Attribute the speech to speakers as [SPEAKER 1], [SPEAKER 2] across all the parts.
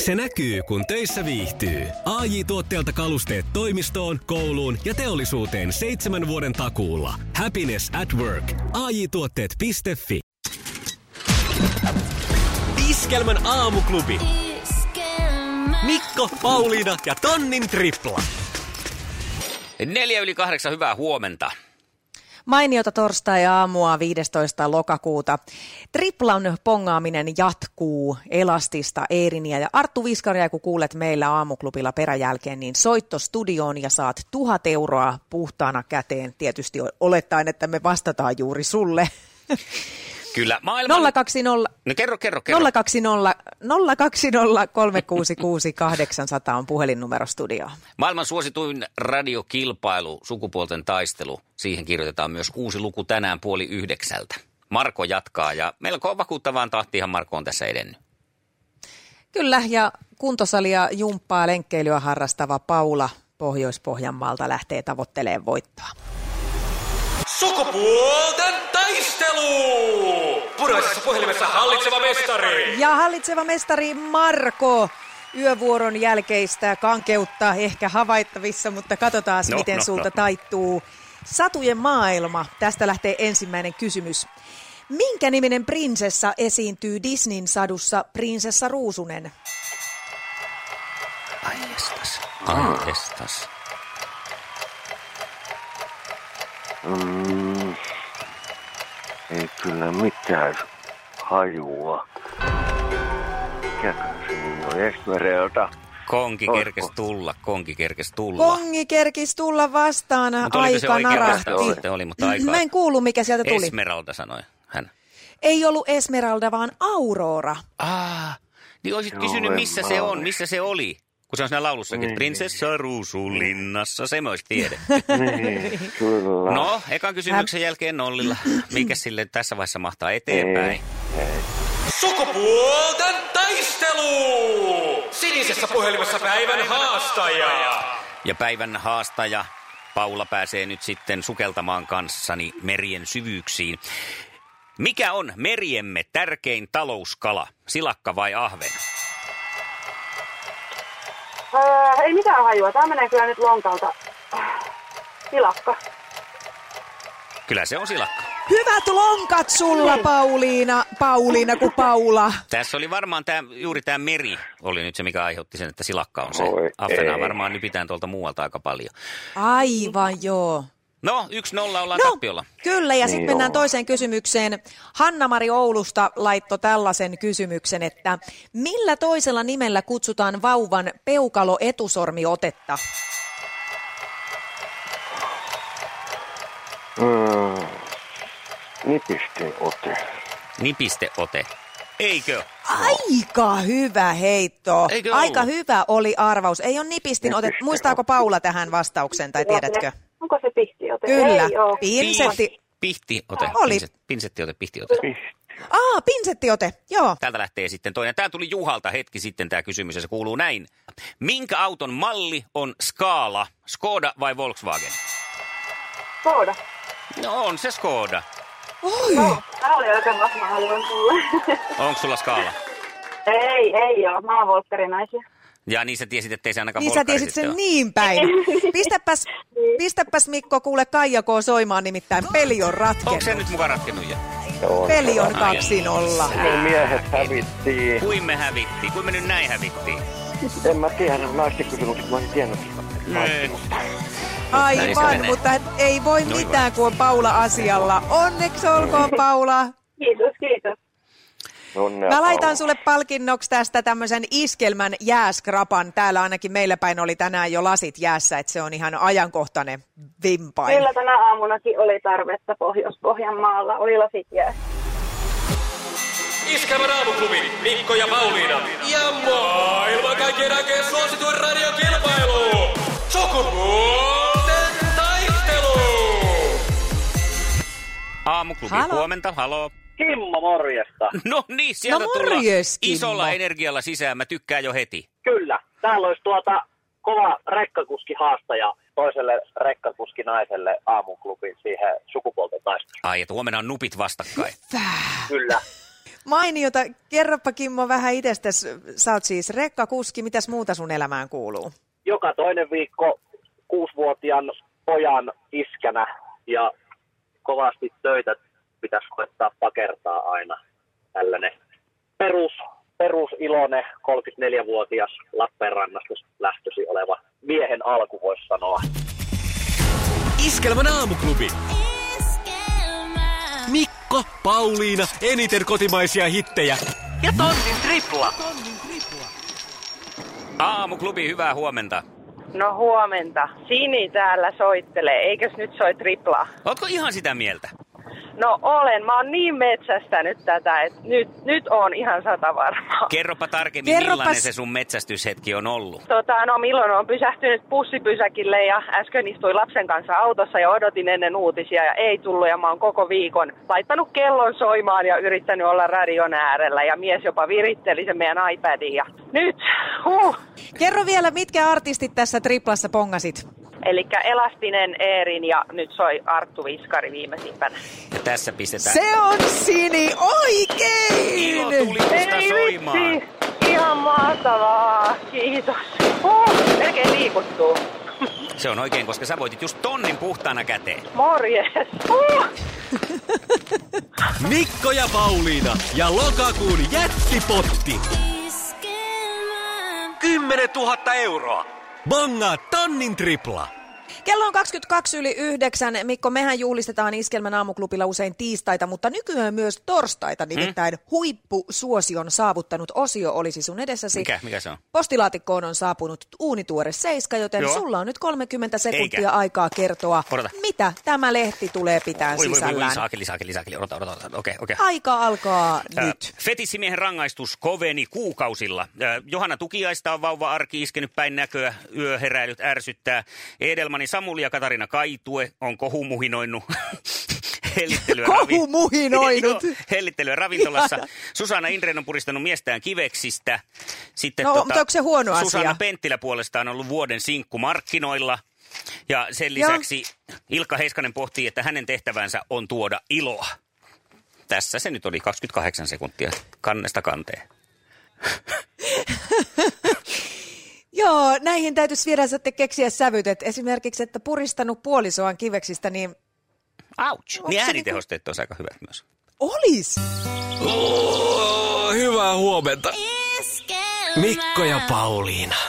[SPEAKER 1] Se näkyy, kun töissä viihtyy. ai tuotteelta kalusteet toimistoon, kouluun ja teollisuuteen seitsemän vuoden takuulla. Happiness at work. ai tuotteetfi Iskelmän aamuklubi. Mikko, Pauliina ja Tonnin tripla.
[SPEAKER 2] Neljä yli kahdeksan, hyvää huomenta.
[SPEAKER 3] Mainiota torstai-aamua 15. lokakuuta. Triplan pongaaminen jatkuu Elastista, Eeriniä ja Arttu Viskaria. Kun kuulet meillä aamuklubilla peräjälkeen, niin soitto studioon ja saat tuhat euroa puhtaana käteen. Tietysti olettaen, että me vastataan juuri sulle.
[SPEAKER 2] Kyllä, maailman...
[SPEAKER 3] 020...
[SPEAKER 2] No kerro, kerro, kerro.
[SPEAKER 3] 020, 020 366 800 on puhelinnumero studioon.
[SPEAKER 2] Maailman suosituin radiokilpailu, sukupuolten taistelu. Siihen kirjoitetaan myös uusi luku tänään puoli yhdeksältä. Marko jatkaa ja melko vakuuttavaan tahtiinhan Marko on tässä edennyt.
[SPEAKER 3] Kyllä, ja kuntosalia jumppaa lenkkeilyä harrastava Paula Pohjois-Pohjanmaalta lähtee tavoitteleen voittoa.
[SPEAKER 4] Sukupuolten taistelu! Punaisessa puhelimessa hallitseva mestari.
[SPEAKER 3] Ja hallitseva mestari Marko, yövuoron jälkeistä kankeutta ehkä havaittavissa, mutta katsotaan,
[SPEAKER 2] No,
[SPEAKER 3] no, miten
[SPEAKER 2] no,
[SPEAKER 3] no, sulta
[SPEAKER 2] no.
[SPEAKER 3] no. taittuu. Satujen maailma, tästä lähtee ensimmäinen kysymys. Minkä niminen prinsessa esiintyy Disneyn sadussa Prinsessa Ruusunen?
[SPEAKER 2] Ai estas. Ai estas.
[SPEAKER 5] Mm, ei kyllä mitään hajua. Mikäköhän se nimi on Esmerelta?
[SPEAKER 2] Konki
[SPEAKER 5] Oisko?
[SPEAKER 2] kerkes tulla, konki kerkes tulla.
[SPEAKER 3] Kongi kerkis tulla vastaan,
[SPEAKER 2] Mut oliko se
[SPEAKER 3] aika
[SPEAKER 2] oikea vastaus
[SPEAKER 3] narahti.
[SPEAKER 2] sitten? Oli, mutta aika-
[SPEAKER 3] Mä en kuulu, mikä sieltä tuli.
[SPEAKER 2] Esmeralda sanoi hän.
[SPEAKER 3] Ei ollut Esmeralda, vaan Aurora.
[SPEAKER 2] Ah, niin olisit
[SPEAKER 5] Joo,
[SPEAKER 2] kysynyt,
[SPEAKER 5] en
[SPEAKER 2] missä
[SPEAKER 5] mä
[SPEAKER 2] se
[SPEAKER 5] ole.
[SPEAKER 2] on, missä se oli. Kun se on siinä laulussakin, että
[SPEAKER 5] Niin.
[SPEAKER 2] prinsessa ruusuun linnassa, se me olisi tiedä.
[SPEAKER 5] Niin, kyllä.
[SPEAKER 2] No, ekan kysymyksen jälkeen Nollilla. Mikä sille tässä vaiheessa mahtaa eteenpäin?
[SPEAKER 4] Sukupuolten taistelu! Sinisessä puhelimessa päivän haastaja.
[SPEAKER 2] Ja päivän haastaja Paula pääsee nyt sitten sukeltamaan kanssani merien syvyyksiin. Mikä on meriemme tärkein talouskala? Silakka vai ahven?
[SPEAKER 6] Öö, ei mitään hajua. Tämä menee kyllä nyt lonkalta. Silakka.
[SPEAKER 2] Kyllä se on silakka.
[SPEAKER 3] Hyvät lonkat sulla, Pauliina, Pauliina kuin Paula.
[SPEAKER 2] Tässä oli varmaan tämä, juuri tämä meri oli nyt se, mikä aiheutti sen, että silakka on se.
[SPEAKER 5] Voi
[SPEAKER 2] Ahvenaa
[SPEAKER 5] ei.
[SPEAKER 2] varmaan nypitään tuolta muualta aika paljon.
[SPEAKER 3] Aivan joo.
[SPEAKER 2] No, yksi nolla ollaan
[SPEAKER 3] No,
[SPEAKER 2] tappiolla.
[SPEAKER 3] kyllä, ja sitten
[SPEAKER 5] Joo.
[SPEAKER 3] mennään toiseen kysymykseen. Hanna-Mari Oulusta laittoi tällaisen kysymyksen, että millä toisella nimellä kutsutaan vauvan peukalo-etusormiotetta?
[SPEAKER 5] Mm, nipistin ote.
[SPEAKER 2] Nipisteote. Eikö?
[SPEAKER 3] Aika hyvä heitto.
[SPEAKER 2] Eikö ollut?
[SPEAKER 3] Aika hyvä oli arvaus. Ei ole nipistin ote.
[SPEAKER 5] Nipistin
[SPEAKER 3] Muistaako Paula tähän vastauksen, tai tiedätkö?
[SPEAKER 6] Onko se pihti joten?
[SPEAKER 3] Kyllä.
[SPEAKER 6] Ei oo.
[SPEAKER 3] Pinsetti.
[SPEAKER 2] Pihtiote.
[SPEAKER 3] Oli.
[SPEAKER 2] Pinset, pinsettiote, pihtiote.
[SPEAKER 3] Aa, pinsettiote. Joo.
[SPEAKER 2] Täältä lähtee sitten toinen. Tämä tuli Juhalta hetki sitten tämä kysymys ja se kuuluu näin. Minkä auton malli on skaala? Skoda vai Volkswagen?
[SPEAKER 6] Kooda.
[SPEAKER 2] No on se Skoda.
[SPEAKER 3] Oi.
[SPEAKER 6] Mä olin oikein varma haluan kuulla.
[SPEAKER 2] Onko sulla skaala?
[SPEAKER 6] ei, ei oo. Mä oon volkkarinaisia.
[SPEAKER 2] Ja niin sä tiesit, ettei se ainakaan
[SPEAKER 3] Niin sä
[SPEAKER 2] Volkkari
[SPEAKER 3] tiesit
[SPEAKER 2] sitten
[SPEAKER 3] sen
[SPEAKER 2] ole.
[SPEAKER 3] niin päin. Pistäpäs, pistäpäs Mikko kuule Kaijakoo soimaan, nimittäin peli on
[SPEAKER 2] Onko se
[SPEAKER 3] ratkennut.
[SPEAKER 2] nyt muka ratkennut jo?
[SPEAKER 5] Joo,
[SPEAKER 3] Peli on
[SPEAKER 5] se
[SPEAKER 3] 2-0.
[SPEAKER 5] Me miehet hävittiin.
[SPEAKER 2] Kuin me hävittiin? Kuin me nyt näin hävittiin?
[SPEAKER 5] En mä tiedä, naisten kysymykset, mä en tiennyt.
[SPEAKER 3] No.
[SPEAKER 2] Niin. Näin se
[SPEAKER 3] Aivan,
[SPEAKER 2] menee.
[SPEAKER 3] mutta ei voi mitään, kun on Paula asialla. Onneksi olkoon Paula.
[SPEAKER 6] Kiitos, kiitos.
[SPEAKER 5] Onnea
[SPEAKER 3] Mä
[SPEAKER 5] Paula.
[SPEAKER 3] laitan sulle palkinnoksi tästä tämmöisen iskelmän jääskrapan. Täällä ainakin meillä päin oli tänään jo lasit jäässä, että se on ihan ajankohtainen vimpain.
[SPEAKER 6] Kyllä tänä aamunakin oli tarvetta Pohjois-Pohjanmaalla. Oli lasit jää.
[SPEAKER 4] Iskävä raamuklubi, Mikko ja Pauliina. Ja maailman kaikkien aikeen suosituin radiokilpailu. Sukupuolten taistelu.
[SPEAKER 2] Aamuklubi,
[SPEAKER 3] Halo.
[SPEAKER 2] huomenta, haloo.
[SPEAKER 7] Kimmo, morjesta.
[SPEAKER 2] No niin, sieltä tullaan
[SPEAKER 3] morjes, Kimmo.
[SPEAKER 2] isolla energialla sisään. Mä tykkään jo heti.
[SPEAKER 7] Kyllä, täällä olisi tuota kova rekkakuski haastaja toiselle rekkakuski naiselle aamuklubiin siihen sukupuolten taisteluun.
[SPEAKER 2] Ai, että huomenna on nupit vastakkain.
[SPEAKER 7] Kyllä.
[SPEAKER 3] Mainiota. Kerropa Kimmo vähän itsestäsi. Sä oot siis rekkakuski. Mitäs muuta sun elämään kuuluu?
[SPEAKER 7] Joka toinen viikko kuusivuotiaan pojan iskänä ja kovasti töitä pitäisi koettaa pakertaa aina. Tällainen perus, perusiloinen 34-vuotias Lappeenrannasta lähtösi oleva miehen alku voisi sanoa.
[SPEAKER 1] Iskelmän aamuklubi. Mikko, Pauliina, eniten kotimaisia hittejä.
[SPEAKER 7] Ja tonnin tripla.
[SPEAKER 2] Aamuklubi, hyvää huomenta.
[SPEAKER 8] No huomenta. Sini täällä soittelee. Eikös nyt soi triplaa?
[SPEAKER 2] Ootko ihan sitä mieltä?
[SPEAKER 8] No olen. Mä oon niin metsästänyt tätä, että nyt, nyt on ihan sata varmaa.
[SPEAKER 2] Kerropa tarkemmin,
[SPEAKER 3] Kerropas-
[SPEAKER 2] millainen se sun metsästyshetki on ollut.
[SPEAKER 8] Tota, no milloin on pysähtynyt bussipysäkille ja äsken istuin lapsen kanssa autossa ja odotin ennen uutisia ja ei tullut ja mä oon koko viikon laittanut kellon soimaan ja yrittänyt olla radion äärellä ja mies jopa viritteli sen meidän iPadin ja nyt, huh,
[SPEAKER 3] Kerro vielä, mitkä artistit tässä triplassa pongasit?
[SPEAKER 8] Eli Elastinen, Eerin ja nyt soi Arttu Viskari viimeisimpänä.
[SPEAKER 2] Ja tässä pistetään
[SPEAKER 3] Se on Sini, oikein!
[SPEAKER 2] ilotulitusta soimaan.
[SPEAKER 8] ihan mahtavaa. Kiitos. Huh, melkein liikuttuu.
[SPEAKER 2] Se on oikein, koska sä voitit just tonnin puhtaana käteen.
[SPEAKER 8] Morjes. Huh.
[SPEAKER 1] Mikko ja Pauliina ja lokakuun jättipotti. 10 000 euroa. Bongaa tonnin tripla.
[SPEAKER 3] Kello on 22 yli 9. Mikko, mehän juhlistetaan Iskelmän aamuklubilla usein tiistaita, mutta nykyään myös
[SPEAKER 2] Mm.
[SPEAKER 3] torstaita. Nimittäin huippusuosion saavuttanut osio olisi sun edessäsi.
[SPEAKER 2] Mikä, mikä se on?
[SPEAKER 3] Postilaatikkoon on saapunut uunituore seiska, joten
[SPEAKER 2] Joo.
[SPEAKER 3] sulla on nyt 30 sekuntia
[SPEAKER 2] Eikä.
[SPEAKER 3] aikaa kertoa,
[SPEAKER 2] Odota.
[SPEAKER 3] mitä tämä lehti tulee
[SPEAKER 2] Voi,
[SPEAKER 3] pitää
[SPEAKER 2] voi, voi, voi,
[SPEAKER 3] sisällään.
[SPEAKER 2] saakeli, saakeli, saakeli. Odota, odota, odota. Okei, okei.
[SPEAKER 3] Aika alkaa
[SPEAKER 2] Ö,
[SPEAKER 3] nyt.
[SPEAKER 2] Fetissimiehen Äh, rangaistus koveni kuukausilla. Ö, Johanna Tukiaista on vauva-arki iskenyt päin näköä, yöheräilyt ärsyttää. Edelmanin Samuli ja Katarina Kaitue on kohumuhinoinut. Hellittelyä ravi-
[SPEAKER 3] Kohumuhinoinut.
[SPEAKER 2] Joo, Hellittelyä ravintolassa. Susanna Indren on puristanut miestään kiveksistä. Sitten
[SPEAKER 3] No,
[SPEAKER 2] tota,
[SPEAKER 3] mutta onko se huono asia?
[SPEAKER 2] Susanna Penttilä puolestaan on ollut vuoden sinkku markkinoilla. Ja sen
[SPEAKER 3] Joo.
[SPEAKER 2] lisäksi Ilkka Heiskanen pohtii, että hänen tehtävänsä on tuoda iloa. Tässä se nyt oli 28 sekuntia kannesta kanteen.
[SPEAKER 3] Joo, näihin täytyisi vielä sitten keksiä sävyt. Et esimerkiksi, että puristanut puolisoaan kiveksistä, niin
[SPEAKER 2] Ouch.
[SPEAKER 3] se
[SPEAKER 2] Niin
[SPEAKER 3] niinku-
[SPEAKER 2] äänitehosteet on aika hyvät myös.
[SPEAKER 3] olis.
[SPEAKER 4] Oh, Hyvää huomenta.
[SPEAKER 1] Mikko ja Pauliina.
[SPEAKER 3] No.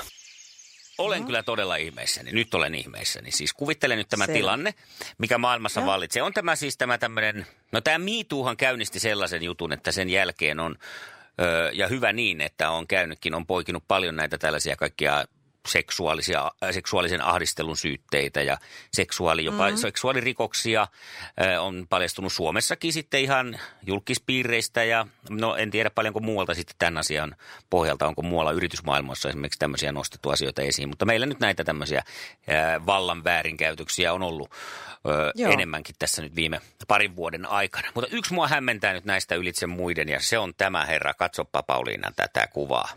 [SPEAKER 2] Olen kyllä todella ihmeissäni. Nyt olen ihmeissäni. Siis kuvittele nyt tämä
[SPEAKER 3] Se-
[SPEAKER 2] tilanne, mikä maailmassa vallitsee. On tämä siis tämä tämmöinen, no tämä miituuhan käynnisti sellaisen jutun, että sen jälkeen on, ö, ja hyvä niin, että on käynytkin, on poikinut paljon näitä tällaisia kaikkia seksuaalisia, äh, seksuaalisen ahdistelun syytteitä ja seksuaali, jopa mm-hmm. seksuaalirikoksia ö, on paljastunut Suomessakin sitten ihan julkispiireistä ja no en tiedä paljonko muualta sitten tämän asian pohjalta, onko muualla yritysmaailmassa esimerkiksi tämmöisiä nostettu asioita esiin, mutta meillä nyt näitä tämmöisiä ö, vallan väärinkäytöksiä on ollut ö,
[SPEAKER 3] Joo.
[SPEAKER 2] enemmänkin tässä nyt viime parin vuoden aikana. Mutta yksi mua hämmentää nyt näistä ylitse muiden ja se on tämä herra, katsoppa Pauliina tätä kuvaa.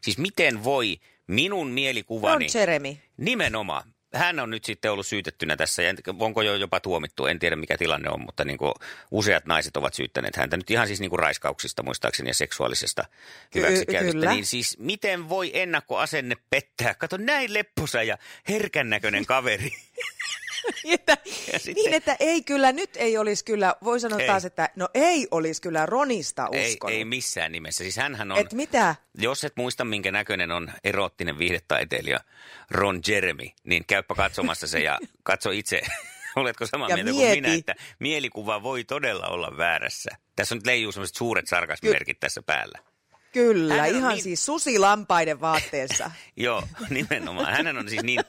[SPEAKER 2] Siis miten voi minun
[SPEAKER 3] Ron
[SPEAKER 2] mielikuvani...
[SPEAKER 3] Jeremy.
[SPEAKER 2] Nimenomaan. Hän on nyt sitten ollut syytettynä tässä, ja en- onko jo jopa tuomittu, en tiedä mikä tilanne on, mutta niin kuin useat naiset ovat syyttäneet häntä nyt ihan siis niin kuin raiskauksista muistaakseni ja seksuaalisesta hyväksikäytöstä.
[SPEAKER 3] kyllä.
[SPEAKER 2] Niin siis miten voi ennakkoasenne pettää? Kato näin lepposa ja herkännäköinen kaveri.
[SPEAKER 3] että,
[SPEAKER 2] Ja sitten-
[SPEAKER 3] niin, että ei kyllä, nyt ei olisi kyllä, voi sanoa
[SPEAKER 2] Ei.
[SPEAKER 3] ei. taas, että no ei olisi kyllä Ronista
[SPEAKER 2] ei,
[SPEAKER 3] uskonut.
[SPEAKER 2] ei missään nimessä. Siis hänhän on...
[SPEAKER 3] Et mitä?
[SPEAKER 2] Jos et muista, minkä näköinen on eroottinen viihdetaiteilija Ron Jeremy, niin käypä katsomassa se ja katso itse, oletko samaa
[SPEAKER 3] Ja
[SPEAKER 2] mieltä
[SPEAKER 3] mieti.
[SPEAKER 2] kuin minä, että mielikuva voi todella olla väärässä. Tässä on nyt leijuu sellaiset suuret sarkasmimerkit tässä päällä.
[SPEAKER 3] Kyllä,
[SPEAKER 2] Hän on
[SPEAKER 3] ihan
[SPEAKER 2] niin-
[SPEAKER 3] niin... siis susilampaiden vaatteessa.
[SPEAKER 2] Joo, nimenomaan. Hän on siis niin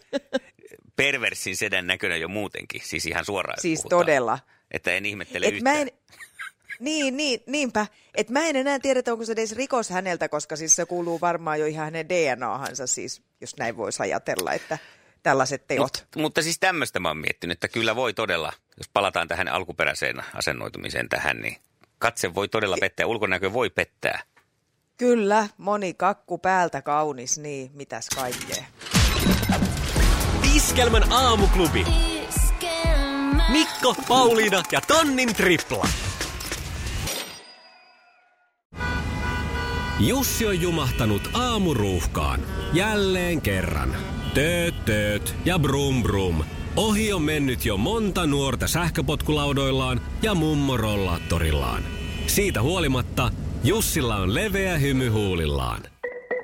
[SPEAKER 2] perversin sedän näköinen jo muutenkin, siis ihan suoraan
[SPEAKER 3] siis
[SPEAKER 2] puhutaan.
[SPEAKER 3] todella.
[SPEAKER 2] Että en ihmettele
[SPEAKER 3] Et
[SPEAKER 2] yhtään.
[SPEAKER 3] mä en, niin, niin, niinpä. Et mä en enää tiedä, että onko se edes rikos häneltä, koska siis se kuuluu varmaan jo ihan hänen DNAhansa, siis, jos näin voisi ajatella, että tällaiset teot.
[SPEAKER 2] Mut, mutta siis tämmöistä mä oon miettinyt, että kyllä voi todella, jos palataan tähän alkuperäiseen asennoitumiseen tähän, niin katse voi todella pettää, ulkonäkö voi pettää.
[SPEAKER 3] Kyllä, moni kakku päältä kaunis, niin mitäs kaikkea.
[SPEAKER 1] Iskelmän aamuklubi. Mikko, Pauliina ja tonnin tripla. Jussi on jumahtanut aamuruuhkaan. Jälleen kerran. Tööt, tööt ja brum brum. Ohi on mennyt jo monta nuorta sähköpotkulaudoillaan ja mummorollaattorillaan. Siitä huolimatta Jussilla on leveä hymy huulillaan.